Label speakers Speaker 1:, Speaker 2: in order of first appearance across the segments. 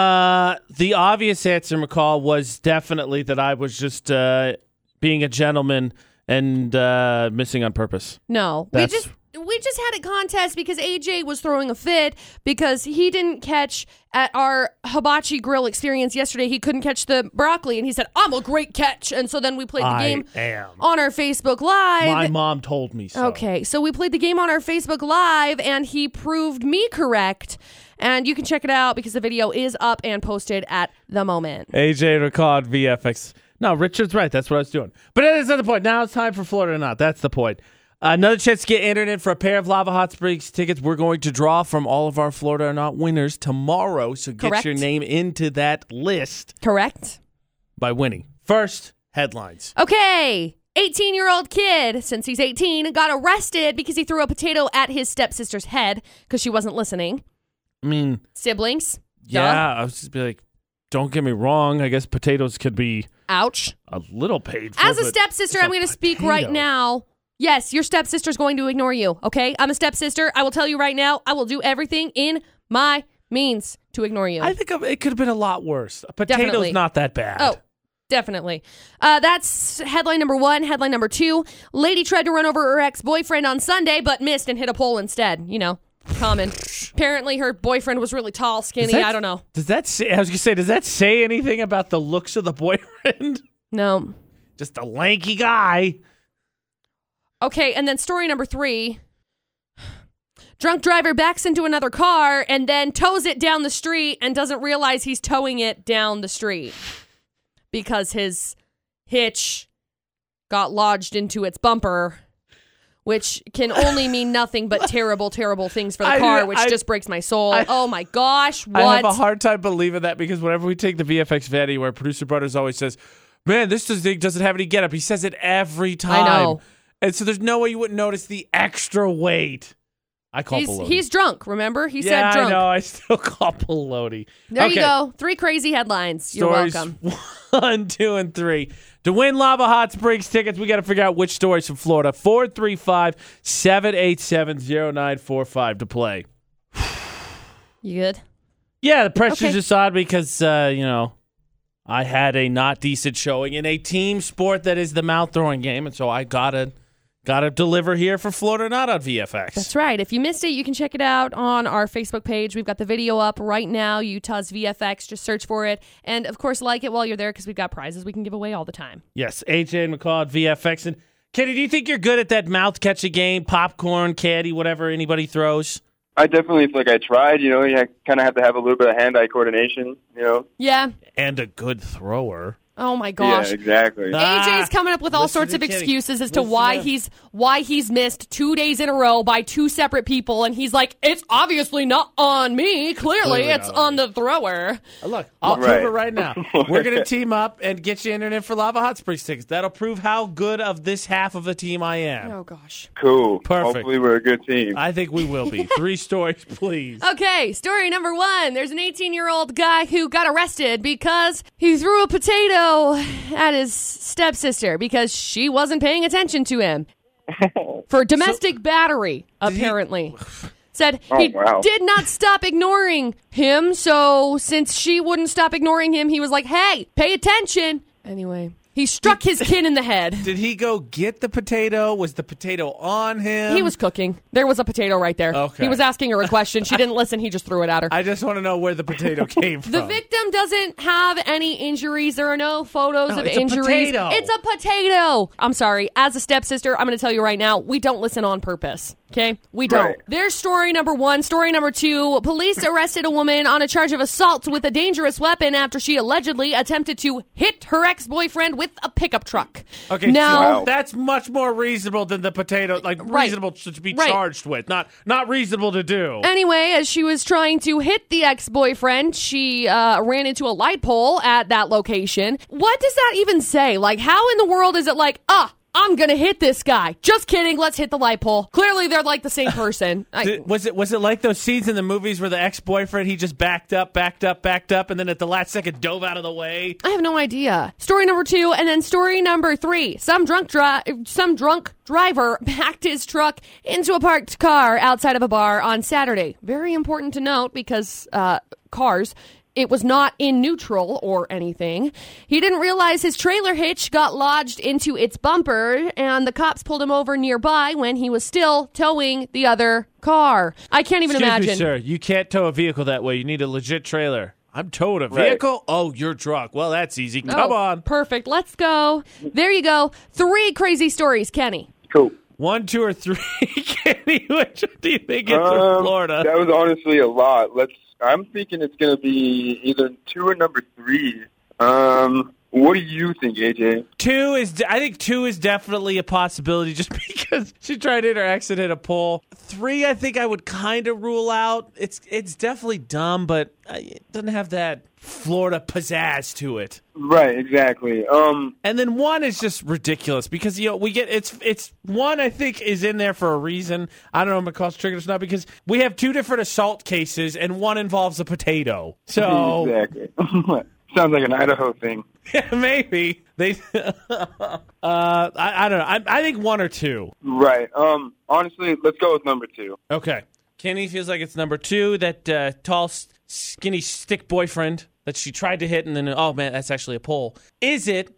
Speaker 1: Uh, the obvious answer, McCall, was definitely that I was just uh, being a gentleman and uh, missing on purpose.
Speaker 2: No,
Speaker 1: That's-
Speaker 2: we just we just had a contest because AJ was throwing a fit because he didn't catch at our hibachi grill experience yesterday. He couldn't catch the broccoli, and he said, "I'm a great catch." And so then we played the
Speaker 1: I
Speaker 2: game
Speaker 1: am.
Speaker 2: on our Facebook Live.
Speaker 1: My mom told me so.
Speaker 2: Okay, so we played the game on our Facebook Live, and he proved me correct. And you can check it out because the video is up and posted at the moment.
Speaker 1: AJ Ricard VFX. No, Richard's right. That's what I was doing. But that is not the point. Now it's time for Florida or not. That's the point. Another chance to get entered in for a pair of Lava Hot Springs tickets. We're going to draw from all of our Florida or not winners tomorrow. So get
Speaker 2: Correct.
Speaker 1: your name into that list
Speaker 2: Correct?
Speaker 1: by winning. First, headlines.
Speaker 2: Okay. 18 year old kid, since he's 18, got arrested because he threw a potato at his stepsister's head because she wasn't listening.
Speaker 1: I mean,
Speaker 2: Siblings. duh.
Speaker 1: yeah, I was just be like, don't get me wrong. I guess potatoes could be
Speaker 2: Ouch.
Speaker 1: a little paid for.
Speaker 2: As a
Speaker 1: but
Speaker 2: stepsister,
Speaker 1: it's
Speaker 2: I'm
Speaker 1: a
Speaker 2: going to speak
Speaker 1: potato.
Speaker 2: right now. Yes, your stepsister's going to ignore you, okay? I'm a stepsister. I will tell you right now, I will do everything in my means to ignore you.
Speaker 1: I think it could have been a lot worse. A potato's
Speaker 2: Definitely.
Speaker 1: not that bad.
Speaker 2: Oh, definitely. Uh, that's headline number one. Headline number two Lady tried to run over her ex boyfriend on Sunday, but missed and hit a pole instead. You know, common. Apparently, her boyfriend was really tall, skinny.
Speaker 1: Does that-
Speaker 2: I don't know.
Speaker 1: Does that say? I was gonna say, does that say anything about the looks of the boyfriend?
Speaker 2: No.
Speaker 1: Just a lanky guy.
Speaker 2: Okay, and then story number three. Drunk driver backs into another car and then tows it down the street and doesn't realize he's towing it down the street because his hitch got lodged into its bumper, which can only mean nothing but terrible, terrible things for the
Speaker 1: I-
Speaker 2: car, which
Speaker 1: I-
Speaker 2: just breaks my soul.
Speaker 1: I-
Speaker 2: oh my gosh,
Speaker 1: I have
Speaker 2: what?
Speaker 1: a hard time believing that because whenever we take the VFX van anywhere, producer Brothers always says, "Man, this does- thing doesn't have any getup." He says it every time.
Speaker 2: know.
Speaker 1: And so there's no way you wouldn't notice the extra weight. I call
Speaker 2: he's,
Speaker 1: Pelody.
Speaker 2: he's drunk, remember? He
Speaker 1: yeah,
Speaker 2: said drunk.
Speaker 1: I know. I still call Pelody.
Speaker 2: There you
Speaker 1: Okay.
Speaker 2: go. Three crazy headlines. You're
Speaker 1: stories
Speaker 2: welcome.
Speaker 1: one, two, and three. To win Lava Hot Springs tickets, we got to figure out which stories from Florida. 435 787 0945 to play.
Speaker 2: You good?
Speaker 1: Yeah, the pressure's
Speaker 2: Okay.
Speaker 1: just on because, uh, you know, I had a not decent showing in a team sport that is the mouth throwing game. And so I got to. Gotta deliver here for Florida, or not on VFX.
Speaker 2: That's right. If you missed it, you can check it out on our Facebook page. We've got the video up right now, Utah's VFX. Just search for it. And of course, like it while you're there because we've got prizes we can give away all the time.
Speaker 1: Yes, AJ and McCall at VFX. And Kenny, do you think you're good at that mouth catch a game, popcorn, candy, whatever anybody throws?
Speaker 3: I definitely feel like I tried. You know, you kind of have to have a little bit of hand-eye coordination. You know.
Speaker 2: Yeah.
Speaker 1: And a good thrower.
Speaker 2: Oh my gosh.
Speaker 3: Yeah, exactly.
Speaker 2: AJ's coming up with all
Speaker 1: Listen
Speaker 2: sorts
Speaker 1: to
Speaker 2: of
Speaker 1: Kenny.
Speaker 2: excuses as to
Speaker 1: Listen
Speaker 2: why
Speaker 1: to-
Speaker 2: he's why he's missed two days in a row by two separate people, and he's like, "It's obviously not on me. Clearly,
Speaker 1: Clearly
Speaker 2: it's
Speaker 1: not
Speaker 2: on the thrower."
Speaker 1: Uh, Look, I'll
Speaker 3: Right.
Speaker 1: prove it right now. We're going to team up and get you internet for Lava Hot Springs tickets. That'll prove how good of this half of the team I am.
Speaker 2: Oh gosh.
Speaker 3: Cool.
Speaker 1: Perfect.
Speaker 3: Hopefully, we're a good team.
Speaker 1: I think we will be. Three stories, please.
Speaker 2: Okay, story number one. There's an 18 year old guy who got arrested because he threw a potato at his stepsister because she wasn't paying attention to him for domestic battery, apparently. Said he
Speaker 3: wow.
Speaker 2: did not stop ignoring him, so since she wouldn't stop ignoring him, he was like, hey, pay attention. Anyway, he struck his kid in the head.
Speaker 1: Did he go get the potato? Was the potato on him?
Speaker 2: He was cooking. There was a potato right there.
Speaker 1: Okay.
Speaker 2: He was asking her a question. She didn't listen. He just threw it at her.
Speaker 1: I just want to know where the potato came from.
Speaker 2: The victim doesn't have any injuries. There are no photos
Speaker 1: No,
Speaker 2: of
Speaker 1: it's a
Speaker 2: injuries.
Speaker 1: potato.
Speaker 2: It's a potato. I'm sorry. As a stepsister, I'm going to tell you right now, we don't listen on purpose. Okay? We don't.
Speaker 3: Right.
Speaker 2: There's story number one. Story number two police arrested a woman on a charge of assault with a dangerous weapon after she allegedly attempted to hit her ex boyfriend with a pickup truck.
Speaker 1: Okay,
Speaker 2: Now,
Speaker 1: so that's much more reasonable than the potato, like
Speaker 2: Right.
Speaker 1: reasonable to to be
Speaker 2: Right.
Speaker 1: charged with, not not reasonable to do.
Speaker 2: Anyway, as she was trying to hit the ex boyfriend, she uh, ran into a light pole at that location. What does that even say? Like, how in the world is it like, ah, I'm going to hit this guy? Just kidding. Let's hit the light pole. Clearly, they're like the same person. I,
Speaker 1: Did- was it was it like those scenes in the movies where the ex boyfriend he just backed up, backed up, backed up, and then at the last second dove out of the way?
Speaker 2: I have no idea. Story number two, and then story number three. Some drunk dri- some drunk driver backed his truck into a parked car outside of a bar on Saturday. Very important to note because uh, cars it was not in neutral or anything. He didn't realize his trailer hitch got lodged into its bumper, and the cops pulled him over nearby when he was still towing the other car. I can't even
Speaker 1: Excuse
Speaker 2: imagine.
Speaker 1: me, sir. You can't tow a vehicle that way. You need a legit trailer. I'm towed a
Speaker 3: Right.
Speaker 1: vehicle? Oh, you're drunk. Well, that's easy. Come
Speaker 2: Oh,
Speaker 1: on.
Speaker 2: Perfect. Let's go. There you go. Three crazy stories, Kenny.
Speaker 3: Cool.
Speaker 1: One, two, or three. Kenny, which one do you think is
Speaker 3: Um,
Speaker 1: in Florida?
Speaker 3: That was honestly a lot. Let's. I'm thinking it's going to be either two or number three. Um, what do you think, AJ?
Speaker 1: Two is, de- I think two is definitely a possibility just because she tried to interact and hit a pole. Three, I think I would kind of rule out. It's it's definitely dumb, but uh, it doesn't have that Florida pizzazz to it.
Speaker 3: Right, exactly. Um,
Speaker 1: And then one is just ridiculous because you know we get it's it's one I think is in there for a reason. I don't know if it calls triggers or not because we have two different assault cases and one involves a potato. So
Speaker 3: exactly. Sounds like an Idaho thing.
Speaker 1: maybe they. uh, I, I don't know. I, I think one or two.
Speaker 3: Right. Um, honestly, let's go with number two.
Speaker 1: Okay. Kenny feels like it's number two. That uh, tall, s- skinny stick boyfriend that she tried to hit and then oh man, that's actually a pole. Is it?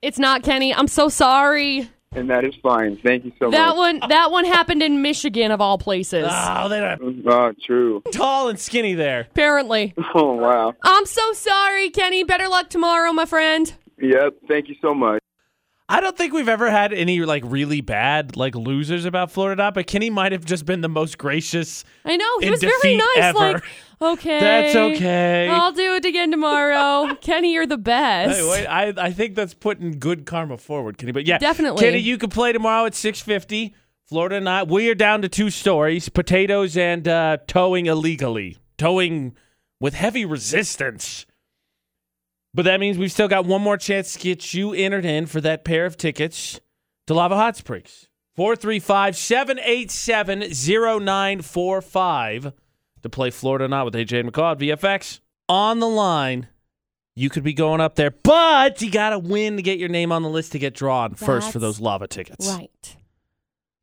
Speaker 2: It's not Kenny. I'm so sorry.
Speaker 3: And that is fine. Thank you so
Speaker 2: That
Speaker 3: much.
Speaker 2: one that one happened in Michigan of all places.
Speaker 1: Oh, they don't have
Speaker 3: That one. Oh, true.
Speaker 1: tall and skinny there.
Speaker 2: Apparently.
Speaker 3: Oh, wow.
Speaker 2: I'm so sorry, Kenny. Better luck tomorrow, my friend.
Speaker 3: Yep. Thank you so much.
Speaker 1: I don't think we've ever had any like really bad like losers about Florida, but Kenny might have just been the most gracious.
Speaker 2: I know he
Speaker 1: In
Speaker 2: was very
Speaker 1: defeat
Speaker 2: nice.
Speaker 1: ever.
Speaker 2: Like, okay,
Speaker 1: That's okay.
Speaker 2: I'll do it again tomorrow. Kenny, you're the best.
Speaker 1: Hey, wait, I I think that's putting good karma forward, Kenny. But yeah,
Speaker 2: Definitely.
Speaker 1: Kenny, you can play tomorrow at six fifty. Florida and I, we are down to two stories: potatoes and uh, towing illegally, towing with heavy resistance. But that means we've still got one more chance to get you entered in for that pair of tickets to Lava Hot Springs. 435 787 0945 to play Florida or Not with AJ and McCall at VFX. On the line, you could be going up there, but you got to win to get your name on the list to get drawn first for
Speaker 2: That's
Speaker 1: those lava tickets.
Speaker 2: Right.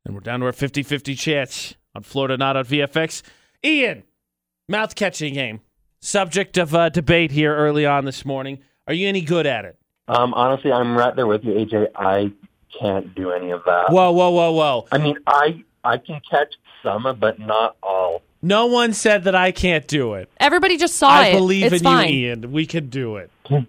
Speaker 1: And we're down to our 50 50 chance on Florida Not on VFX. Ian, mouth catching game. Subject of uh, debate here early on this morning. Are you any good at it?
Speaker 4: Um, honestly, I'm right there with you, AJ. I can't do any of that.
Speaker 1: Whoa, whoa, whoa, whoa.
Speaker 4: I mean, I I can catch some, but not all.
Speaker 1: No one said that I can't do it.
Speaker 2: Everybody just saw
Speaker 1: I
Speaker 2: it.
Speaker 1: believe in
Speaker 2: it's fine.
Speaker 1: you, Ian. We can do it. okay,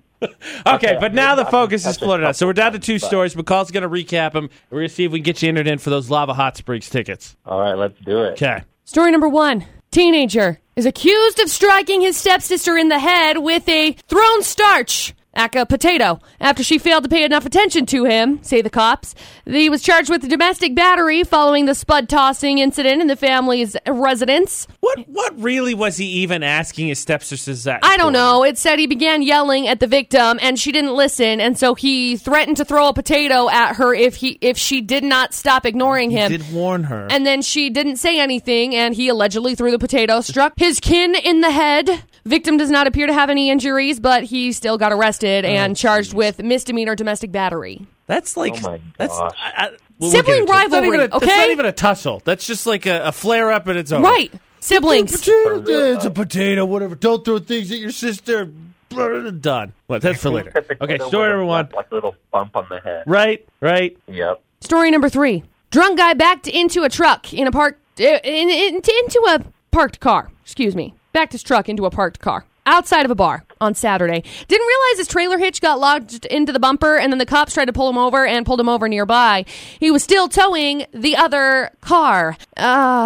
Speaker 4: Okay,
Speaker 1: but now the
Speaker 4: I-
Speaker 1: focus is
Speaker 4: that's a
Speaker 1: Florida. Now. So we're down to two
Speaker 4: couple, but-
Speaker 1: stories. McCall's going to recap them. We're going to see if we can get you entered in for those Lava Hot Springs tickets.
Speaker 4: All right, let's do it.
Speaker 1: Okay.
Speaker 2: Story number one: Teenager is accused of striking his stepsister in the head with a thrown starch. Aka potato. After she failed to pay enough attention to him, say the cops, he was charged with domestic battery following the spud tossing incident in the family's residence.
Speaker 1: What what really was he even asking his stepsisters that?
Speaker 2: I don't
Speaker 1: for?
Speaker 2: know. It said he began yelling at the victim and she didn't listen and so he threatened to throw a potato at her if he if she did not stop ignoring
Speaker 1: He
Speaker 2: him.
Speaker 1: did warn her.
Speaker 2: and then she didn't say anything and he allegedly threw the potato, struck his kin in the head. Victim does not appear to have any injuries, but he still got arrested and charged with misdemeanor domestic battery.
Speaker 1: that's like
Speaker 4: Oh my
Speaker 1: that's
Speaker 4: gosh.
Speaker 1: I, I, we'll
Speaker 2: Sibling
Speaker 1: get into it. It's not even
Speaker 2: rivalry,
Speaker 1: a- It's not
Speaker 2: okay?
Speaker 1: even a tussle. That's just like a, a flare up and it's over.
Speaker 2: Right. Siblings.
Speaker 1: Potato, it's a potato, whatever. Don't throw things at your sister. Done. What? That's for later.
Speaker 4: Typical
Speaker 1: Okay,
Speaker 4: little
Speaker 1: story
Speaker 4: bump,
Speaker 1: number one.
Speaker 4: Like a little bump on the head.
Speaker 1: Right, right.
Speaker 4: Yep.
Speaker 2: Story number three: drunk guy backed into a truck in a park uh, in, in, into a parked car. Excuse me, backed his truck into a parked car outside of a bar on Saturday. Didn't realize his trailer hitch got lodged into the bumper, and then the cops tried to pull him over and pulled him over nearby. He was still towing the other car.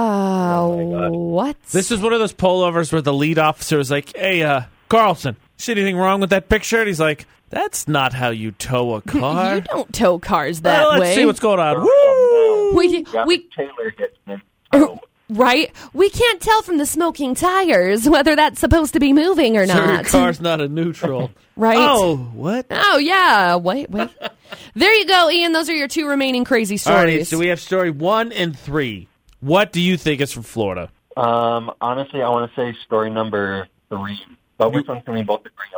Speaker 2: oh what?
Speaker 1: This is one of those pullovers where the lead officer is like, "Hey, uh, Carlson, see anything wrong with that picture?" And he's like, "That's not how you tow a car."
Speaker 2: you don't tow cars that
Speaker 1: Well, let's
Speaker 2: way.
Speaker 1: see what's going on.
Speaker 4: Oh,
Speaker 1: Woo!
Speaker 2: we,
Speaker 4: Grab
Speaker 2: we
Speaker 4: the Taylor gets in. Oh,
Speaker 2: right? We can't tell from the smoking tires whether that's supposed to be moving or
Speaker 1: Sir, your
Speaker 2: not.
Speaker 1: car's not a neutral.
Speaker 2: Right.
Speaker 1: Oh, what?
Speaker 2: Oh yeah. Wait, wait. there you go, Ian. Those are your two remaining crazy
Speaker 1: All
Speaker 2: stories.
Speaker 1: right. So we have story one and three. What do you think is from Florida?
Speaker 4: um, honestly, I want to say story number three. But which one can we both agree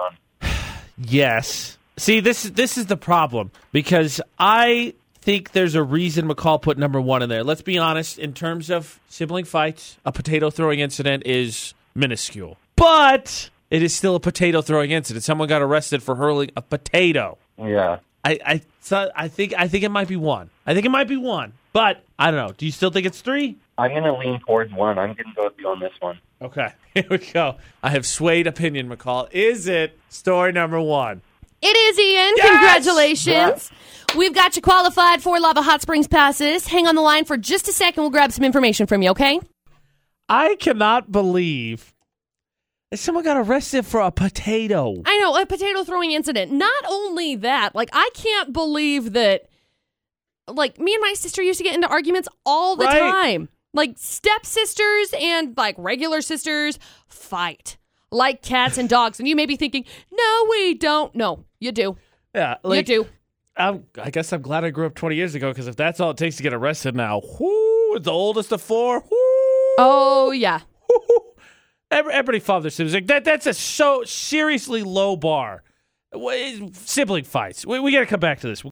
Speaker 4: on?
Speaker 1: Yes. See, this this is the problem because I think there's a reason McCall put number one in there. Let's be honest. In terms of sibling fights, a potato throwing incident is minuscule. But It is still a potato throwing incident. Someone got arrested for hurling a potato.
Speaker 4: Yeah.
Speaker 1: I I so- I think I think it might be one. I think it might be one, but I don't know. Do you still think it's three?
Speaker 4: I'm going to lean towards one. I'm going to go with you on this one.
Speaker 1: Okay, here we go. I have swayed opinion, McCall. Is it story number one?
Speaker 2: It is Ian. Congratulations. We've got you qualified for Lava Hot Springs passes. Hang on the line for just a second. We'll grab some information from you, okay?
Speaker 1: I cannot believe that someone got arrested for a potato.
Speaker 2: I know, a potato throwing incident. Not only that, like, I can't believe that, like, me and my sister used to get into arguments all the
Speaker 1: Right.
Speaker 2: time. Like, stepsisters and, like, regular sisters fight like cats and dogs. And you may be thinking, no, we don't. No, you do.
Speaker 1: Yeah, like,
Speaker 2: you do.
Speaker 1: I'm, I guess I'm glad I grew up 20 years ago because if that's all it takes to get arrested now, whoo, the oldest of four, whoo,
Speaker 2: Oh, yeah.
Speaker 1: every, everybody father sibling like, that. That's a so seriously low bar. Wha- Sibling fights. eh, We, we got to come back to this.